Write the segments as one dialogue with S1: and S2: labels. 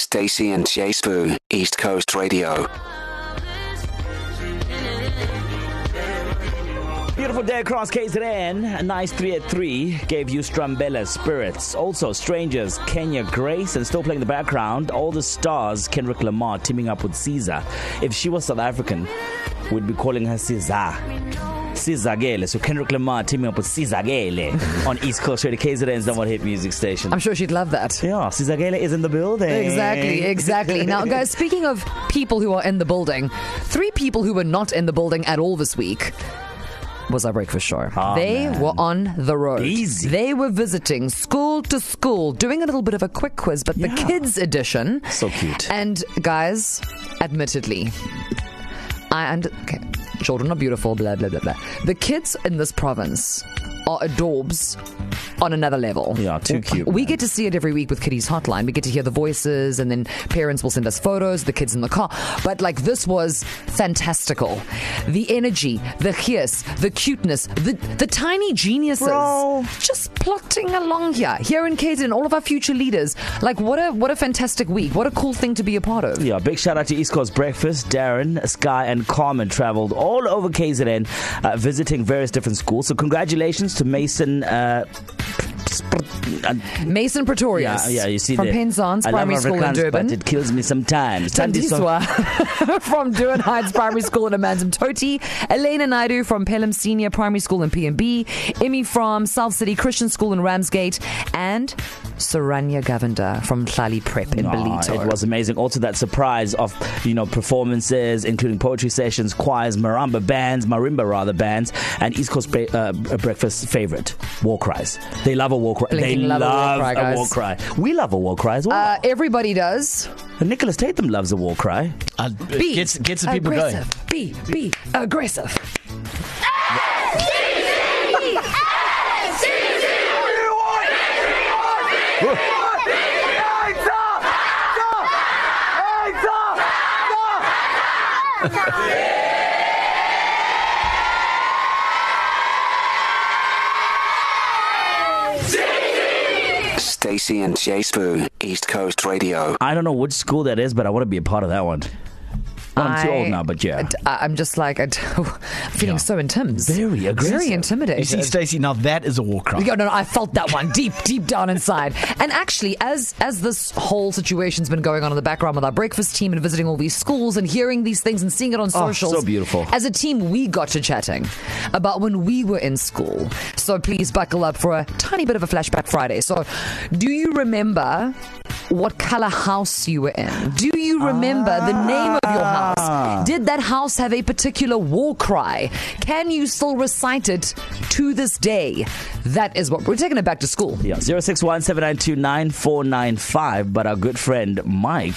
S1: Stacy and Jay Spoo, East Coast Radio.
S2: Beautiful day across KZN. A nice 3 at 3 gave you Strambella Spirits. Also, Strangers, Kenya Grace, and still playing in the background, all the stars Kendrick Lamar teaming up with Caesar. If she was South African, we'd be calling her Caesar. Caesar Gale. So Kendrick Lamar teaming up with Caesar Gale on East Coast Radio KZN's number one hit music station.
S3: I'm sure she'd love that.
S2: Yeah, Caesar Gale is in the building.
S3: Exactly, exactly. Now, guys, speaking of people who are in the building, three people who were not in the building at all this week was our breakfast show.
S2: Ah,
S3: they
S2: man.
S3: were on the road.
S2: Easy.
S3: They were visiting school to school, doing a little bit of a quick quiz, but the
S2: Yeah.
S3: kids edition.
S2: So cute.
S3: And guys, admittedly, I and okay, children are beautiful. Blah blah blah blah. The kids in this province are adorbs on another level.
S2: Yeah, too cute,
S3: We
S2: man.
S3: get to see it every week with Kiddies Hotline. We get to hear the voices, and then parents will send us photos. The kids in the car, but like this was fantastical. The energy, the hiss, the cuteness, the the tiny geniuses
S2: Bro.
S3: just plotting along here, here in KZN, all of our future leaders. Like what a what a fantastic week. What a cool thing to be a part of.
S2: Yeah, big shout out to East Coast Breakfast. Darren, Sky, and Carmen traveled all over KZN uh, visiting various different schools. So, congratulations to Mason. Uh,
S3: Mason Pretorius.
S2: yeah, yeah, you see
S3: from
S2: the,
S3: Penzance
S2: I love
S3: Primary School in
S2: Afrikaans,
S3: Durban.
S2: But it kills me sometimes. Tandiswa.
S3: Tandiswa from Durban Heights Primary School in Amanzim Toti. Elena Naidu from Pelham Senior Primary School in PNB. Emmy from South City Christian School in Ramsgate. And Saranya Govender from Tlali Prep in
S2: Ah,
S3: Belito.
S2: It was amazing. Also, that surprise of you know performances, including poetry sessions, choirs, maramba bands, marimba rather bands, and East Coast bre- uh, breakfast favorite war cries. They love a war cry.
S3: Blinking
S2: they
S3: love a war cry, guys.
S2: cry. We love a war cry as well.
S3: Uh, everybody does.
S2: Nicholas Tatum loves a war cry.
S4: Uh,
S3: Be
S4: it gets gets the people going.
S3: aggressive. Be be aggressive.
S1: Stacy and Jay Spoo, East Coast Radio.
S2: I don't know which school that is, but I want to be a part of that one. Well, I'm too
S3: I-
S2: old now, but yeah.
S3: I- I'm just like I d- feeling so intense.
S2: Very aggressive.
S3: Very intimidating.
S4: You see, Stacey, now that is a war cry.
S3: Yeah, no, no, I felt that one deep, deep down inside. And actually, as as this whole situation's been going on in the background with our breakfast team and visiting all these schools and hearing these things and seeing it on socials,
S2: Oh, so beautiful.
S3: As a team, we got to chatting about when we were in school. So please buckle up for a tiny bit of a flashback Friday. So, do you remember? What color house you were in? Do you
S2: Ah.
S3: remember the name of your house? Did that house have a particular war cry? Can you still recite it to this day? That is what we're taking it back to school.
S2: Yeah, 0617929495. But our good friend Mike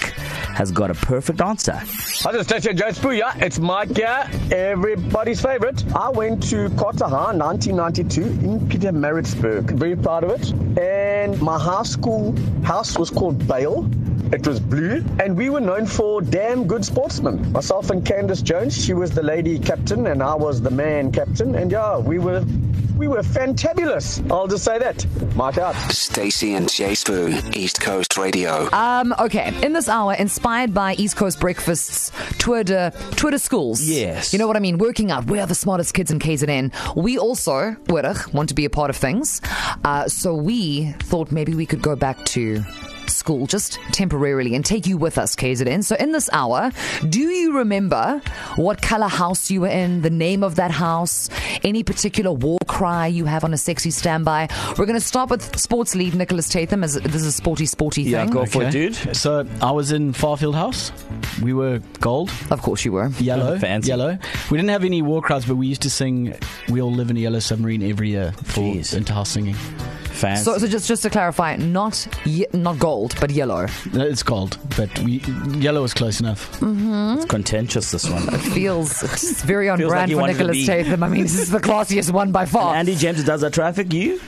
S2: has got a perfect answer.
S5: Hi, this is Station Jones Booyah. It's Mike here, everybody's favorite. I went to Kotaha 1992 in Peter Maritzburg. Very proud of it. And my high school house was called Bale. It was blue, and we were known for damn good sportsmen. Myself and Candace Jones, she was the lady captain, and I was the man captain. And yeah, we were we were fantabulous. I'll just say that. Mike out.
S1: Stacy and Jay Spoo, East Coast Radio.
S3: Um, okay, in this hour, inspired by East Coast Breakfast's Twitter Twitter schools.
S2: Yes.
S3: You know what I mean? Working out, we are the smartest kids in KZN. We also, Wurrich, want to be a part of things. Uh, so we thought maybe we could go back to school just temporarily and take you with us, KZN. So in this hour, do you remember what color house you were in, the name of that house, any particular war cry you have on a sexy standby? We're going to start with sports lead Nicholas Tatham, as this is a sporty, sporty
S2: Yeah,
S3: thing.
S2: go for it, dude.
S4: So I was in Farfield House. We were gold,
S3: Of course you were.
S4: yellow,
S2: Fancy.
S4: yellow. We didn't have any war cries, but we used to sing "We All Live in a Yellow Submarine" every year for
S2: Jeez.
S4: inter-house singing.
S2: Fans.
S3: So, so just just to clarify, not ye- not gold, but yellow.
S4: No, It's gold, but we yellow was close enough.
S2: it's contentious, this one.
S3: Feels it's very on
S2: Feels like
S3: brand
S2: you
S3: for
S2: wanted to
S3: Nicholas
S2: be.
S3: Tatham. I mean, this is the classiest one by far.
S2: Andy James does that traffic. You?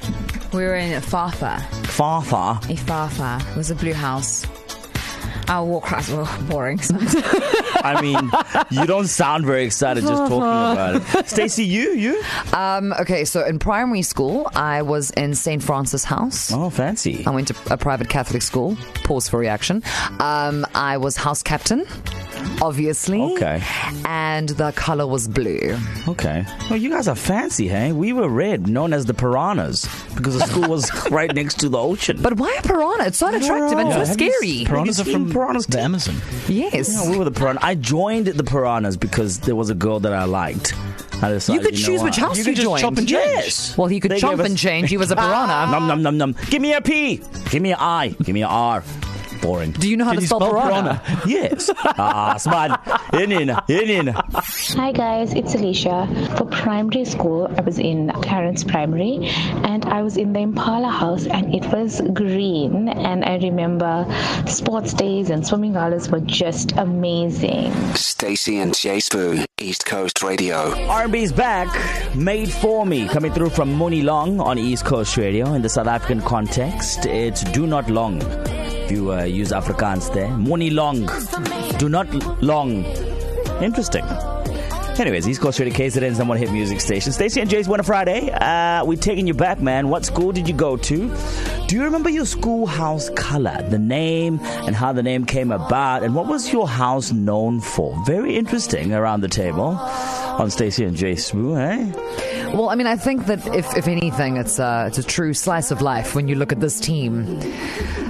S6: We were in Fafa.
S2: Far, far.
S6: Ifafa. It was a blue house.
S3: Our war cries were boring.
S2: I mean, you don't sound very excited just talking about it. Stacey, you, you?
S3: um, okay, so in primary school, I was in St. Francis House.
S2: Oh, fancy.
S3: I went to a private Catholic school. Pause for reaction. Um, I was house captain, obviously.
S2: Okay.
S3: And the color was blue.
S2: Okay. Well, you guys are fancy, hey? We were red, known as the piranhas, because the school was right next to the ocean.
S3: But why a piranha? It's so unattractive and so
S4: Yeah, have you
S3: scary.
S4: s- Piranhas are
S2: Have you seen
S4: from
S2: piranhas
S4: the
S2: too?
S4: Amazon.
S3: yes.
S2: Yeah, we were the piranha. I joined the piranhas because there was a girl that I liked. I decided,
S3: You could
S2: know
S3: choose
S2: what?
S3: which house
S4: You
S3: you,
S4: could just
S3: joined.
S4: chop and change.
S2: Yes.
S3: Well, he could
S2: They
S3: chomp
S2: gave us-
S3: and change. He was a piranha.
S2: Nom nom nom nom. Give me a P. Give me an I. Give me an R. Boring.
S3: Do you know how to
S4: you
S3: spell,
S4: spell
S3: piranha?
S2: Yes. Ah, smart. In in in in.
S6: Hi guys, it's Alicia. For primary school, I was in Clarence Primary and I was in the Impala house and it was green and I remember sports days and swimming hours were just amazing.
S1: Stacy and Jay Spoon, East Coast Radio.
S2: R&B's back, made for me, coming through from Mooney Long on East Coast Radio. In the South African context, it's do not long. If you uh, use Afrikaans there, Mooney Long, do not long. Interesting. Anyways, East Coast Radio KZN is number one hit music station. Stacey and Jay's Winner Friday. Uh, we're taking you back, man. What school did you go to? Do you remember your schoolhouse color, the name, and how the name came about, and what was your house known for? Very interesting around the table on Stacey and Jay Spoo, eh?
S3: Well, I mean, I think that if, if anything, it's a, it's a true slice of life when you look at this team.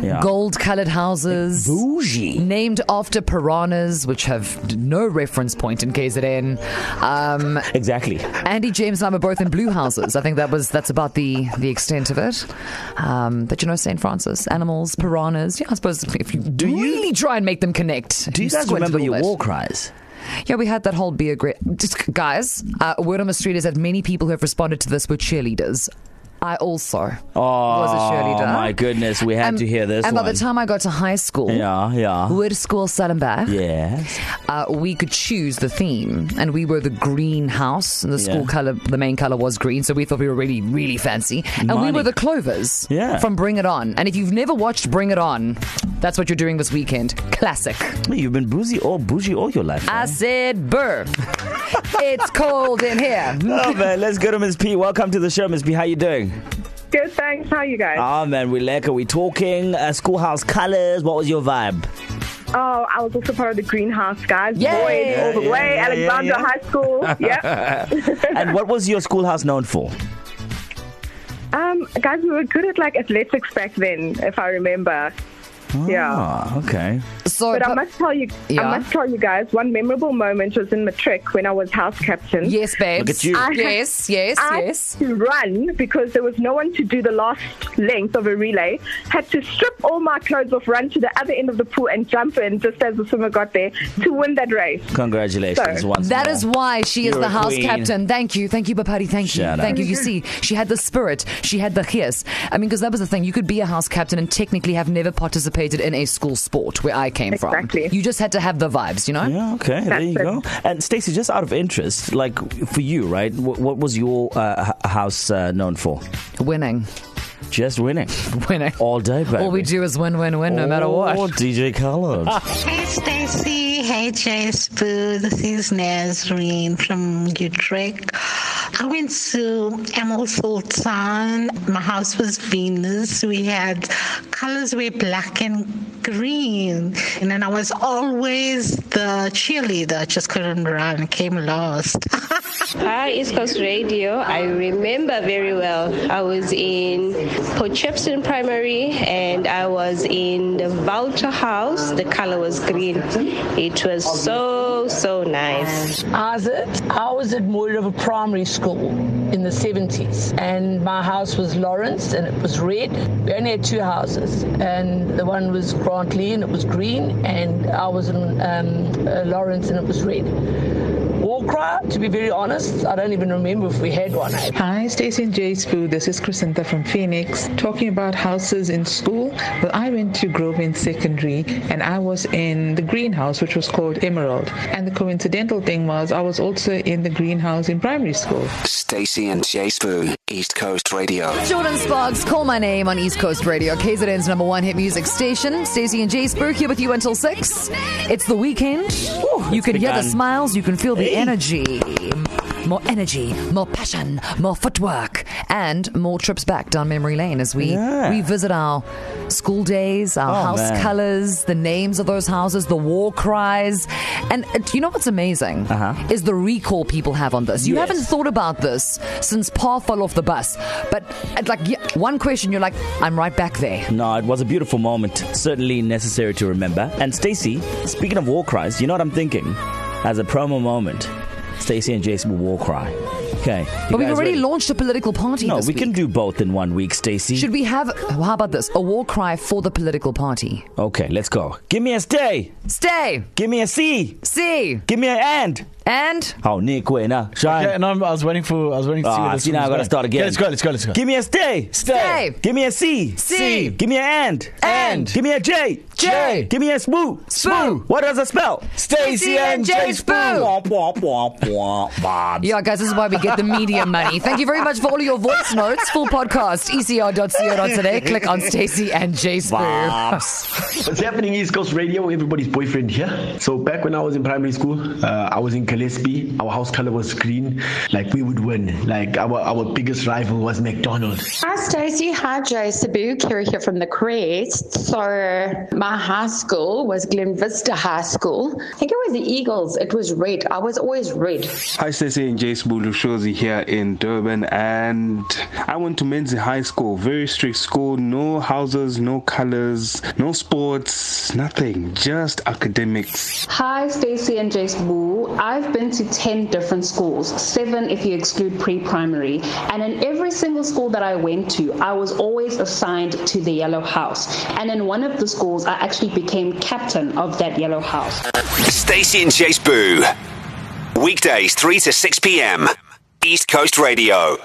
S2: Yeah.
S3: Gold colored houses.
S2: Bougie.
S3: Named after piranhas, which have d- no reference point in KZN. Um,
S2: Exactly.
S3: Andy James and I were both in blue houses. I think that was that's about the the extent of it. Um, but you know, St. Francis, animals, piranhas. Yeah, I suppose if you do really try and make them connect.
S2: Do you guys
S3: squint a
S2: remember
S3: little
S2: your
S3: bit.
S2: war cries?
S3: Yeah, we had that whole beer. Gra- Just guys, uh, a word on the street is that many people who have responded to this were cheerleaders. I also
S2: Oh,
S3: was a cheerleader.
S2: my goodness. We had
S3: And-
S2: to hear this
S3: And
S2: one.
S3: by the time I got to high school,
S2: yeah, yeah.
S3: Wood School Stellenberg,
S2: Yes.
S3: uh, we could choose the theme, and we were the green house, and the school
S2: Yeah.
S3: color, the main color was green, so we thought we were really, really fancy, and we
S2: Money.
S3: were the clovers
S2: Yeah.
S3: from Bring It On. And if you've never watched Bring It On, that's what you're doing this weekend. Classic.
S2: You've been boozy all bougie all your life.
S3: I said, "Burr, it's cold in here."
S2: Oh man, let's go to Miss P. Welcome to the show, Miss P. How you doing?
S7: Good, thanks. How you guys?
S2: Ah man, we lekker. We talking uh, schoolhouse colors. What was your vibe?
S7: oh, I was also part of the greenhouse guys.
S3: Yay!
S7: Boys all the
S2: Yeah,
S7: way,
S2: yeah, yeah,
S7: Alexandra
S2: yeah.
S7: High School. yeah.
S2: And what was your schoolhouse known for?
S7: Um, guys, we were good at like athletics back then, if I remember. Yeah.
S2: Ah, okay.
S3: So,
S7: But I must tell you,
S3: Oh, Yeah.
S7: I must tell you guys, one memorable moment was in matric when I was house captain.
S3: yes, babes.
S2: Look at you. I-
S3: Yes, yes,
S7: I
S3: yes.
S7: had to run because there was no one to do the last length of a relay. Had to strip all my clothes off, run to the other end of the pool, and jump in just as the swimmer got there to win that race.
S2: Congratulations
S7: Sorry.
S2: once
S3: That
S2: more.
S3: is why she is
S2: You're
S3: the
S2: a
S3: house
S2: queen.
S3: captain. Thank you, thank you, Bapati. Thank you,
S2: Shout out.
S3: thank you. You see, she had the spirit. She had the yes. I mean, because that was the thing. You could be a house captain and technically have never participated in a school sport where I came
S7: Exactly.
S3: from. You just had to have the vibes, you know.
S2: Yeah, okay. there you
S7: it.
S2: go. And Stacey, just out of interest, like for you, right? What, what was your uh, h- house uh, known for?
S3: Winning,
S2: Just winning
S3: winning.
S2: all day, baby.
S3: All we do is win, win, win, no matter
S2: Oh,
S3: what.
S2: DJ Khaled.
S8: Hey Stacy, hey Jay Boo. This is Nazreen from Utrecht. I went to Amalfi Town. My house was Venus. We had colors were black and green. And then I was always the cheerleader. I just couldn't run, came last.
S9: Hi, East Coast Radio. I remember very well. I was in Pochepston Primary and I was in the Vulture House. The color was green. It was so, so nice.
S10: I was at, I was at Moy River Primary School in the 70s, and my house was Lawrence and it was red. We only had two houses, and the one was Grantley and it was green, and I was in um, uh, Lawrence and it was red.
S11: war cry, to be very honest. I don't even remember if we had one.
S8: Hi, Stacey and Jay Spoo. This is Crescenta from Phoenix talking about houses in school. Well, I went to Groveland Secondary and I was in the greenhouse, which was called Emerald. And the coincidental thing was, I was also in the greenhouse in primary school.
S1: Stacy and Jay Spoon, East Coast Radio.
S3: Jordan Sparks, call my name on East Coast Radio, KZN's number one hit music station. Stacey and Jay Spur here with you until six. It's the weekend. you can hear the
S2: begun.
S3: smiles, you can feel the energy. More energy, more passion, more footwork, and more trips back down memory lane as we revisit our school days, our
S2: Oh,
S3: house
S2: man.
S3: colors, the names of those houses, the war cries. And uh, do you know what's amazing?
S2: Uh-huh.
S3: Is the recall people have on this. You
S2: Yes.
S3: haven't thought about this since Pa fell off the bus. But uh, like yeah, one question, you're like, I'm right back there.
S2: No, it was a beautiful moment. Certainly necessary to remember. And Stacey, speaking of war cries, you know what I'm thinking? As a promo moment, Stacey and Jason will war cry. Okay. you
S3: But we've
S2: guys
S3: already
S2: ready?
S3: launched a political party.
S2: No,
S3: this
S2: we
S3: week.
S2: can do both in one week, Stacey.
S3: Should we have? oh, How about this? A war cry for the political party.
S2: Okay, let's go. Give me a stay.
S3: Stay.
S2: Give me a C.
S3: See.
S2: Give me an and.
S3: And
S2: Oh, Nick, winner. Shine.
S4: Yeah, and I'm, I was waiting for. I was waiting to see.
S2: Ah,
S4: where this
S2: see, now
S4: was
S2: I gotta
S4: going.
S2: start again.
S4: Okay, let's go. Let's go. Let's go.
S2: Give me a stay.
S3: Stay.
S2: Give me a C.
S3: C.
S2: Give me an and.
S3: And.
S2: Give me a J.
S3: J.
S2: Give me a spoo.
S3: Spoo.
S2: What does it spell?
S3: Stacey and Jay Spoo.
S2: Womp, womp, womp, womp, bobs.
S3: yeah, guys, this is why we get the media money. Thank you very much for all of your voice notes. Full podcast, E ecr.co.today. Click on Stacey and Jay Spoo.
S2: Bobs.
S12: What's happening, East Coast Radio? Everybody's boyfriend here. So back when I was in primary school, uh, I was in Gillespie. Our house color was green. Like we would win. Like our our biggest rival was McDonald's.
S7: Hi, Stacey. Hi, Jay Sabu. Kira here from the Crest. So, my high school was Glen Vista High School. I think it was the Eagles. It was red. I was always red.
S5: Hi, Stacey and Jace Bulushozi here in Durban, and I went to Menzi High School, very strict school, no houses, no colors, no sports, nothing, just academics.
S7: Hi, Stacey and Jace Boo. I've been to 10 different schools, seven if you exclude pre primary. And in every single school that I went to, I was always assigned to the yellow house. And in one of the schools, I actually became captain of that yellow house.
S1: Stacy and Jay Spoon. Weekdays 3 to 6 p.m. East Coast Radio.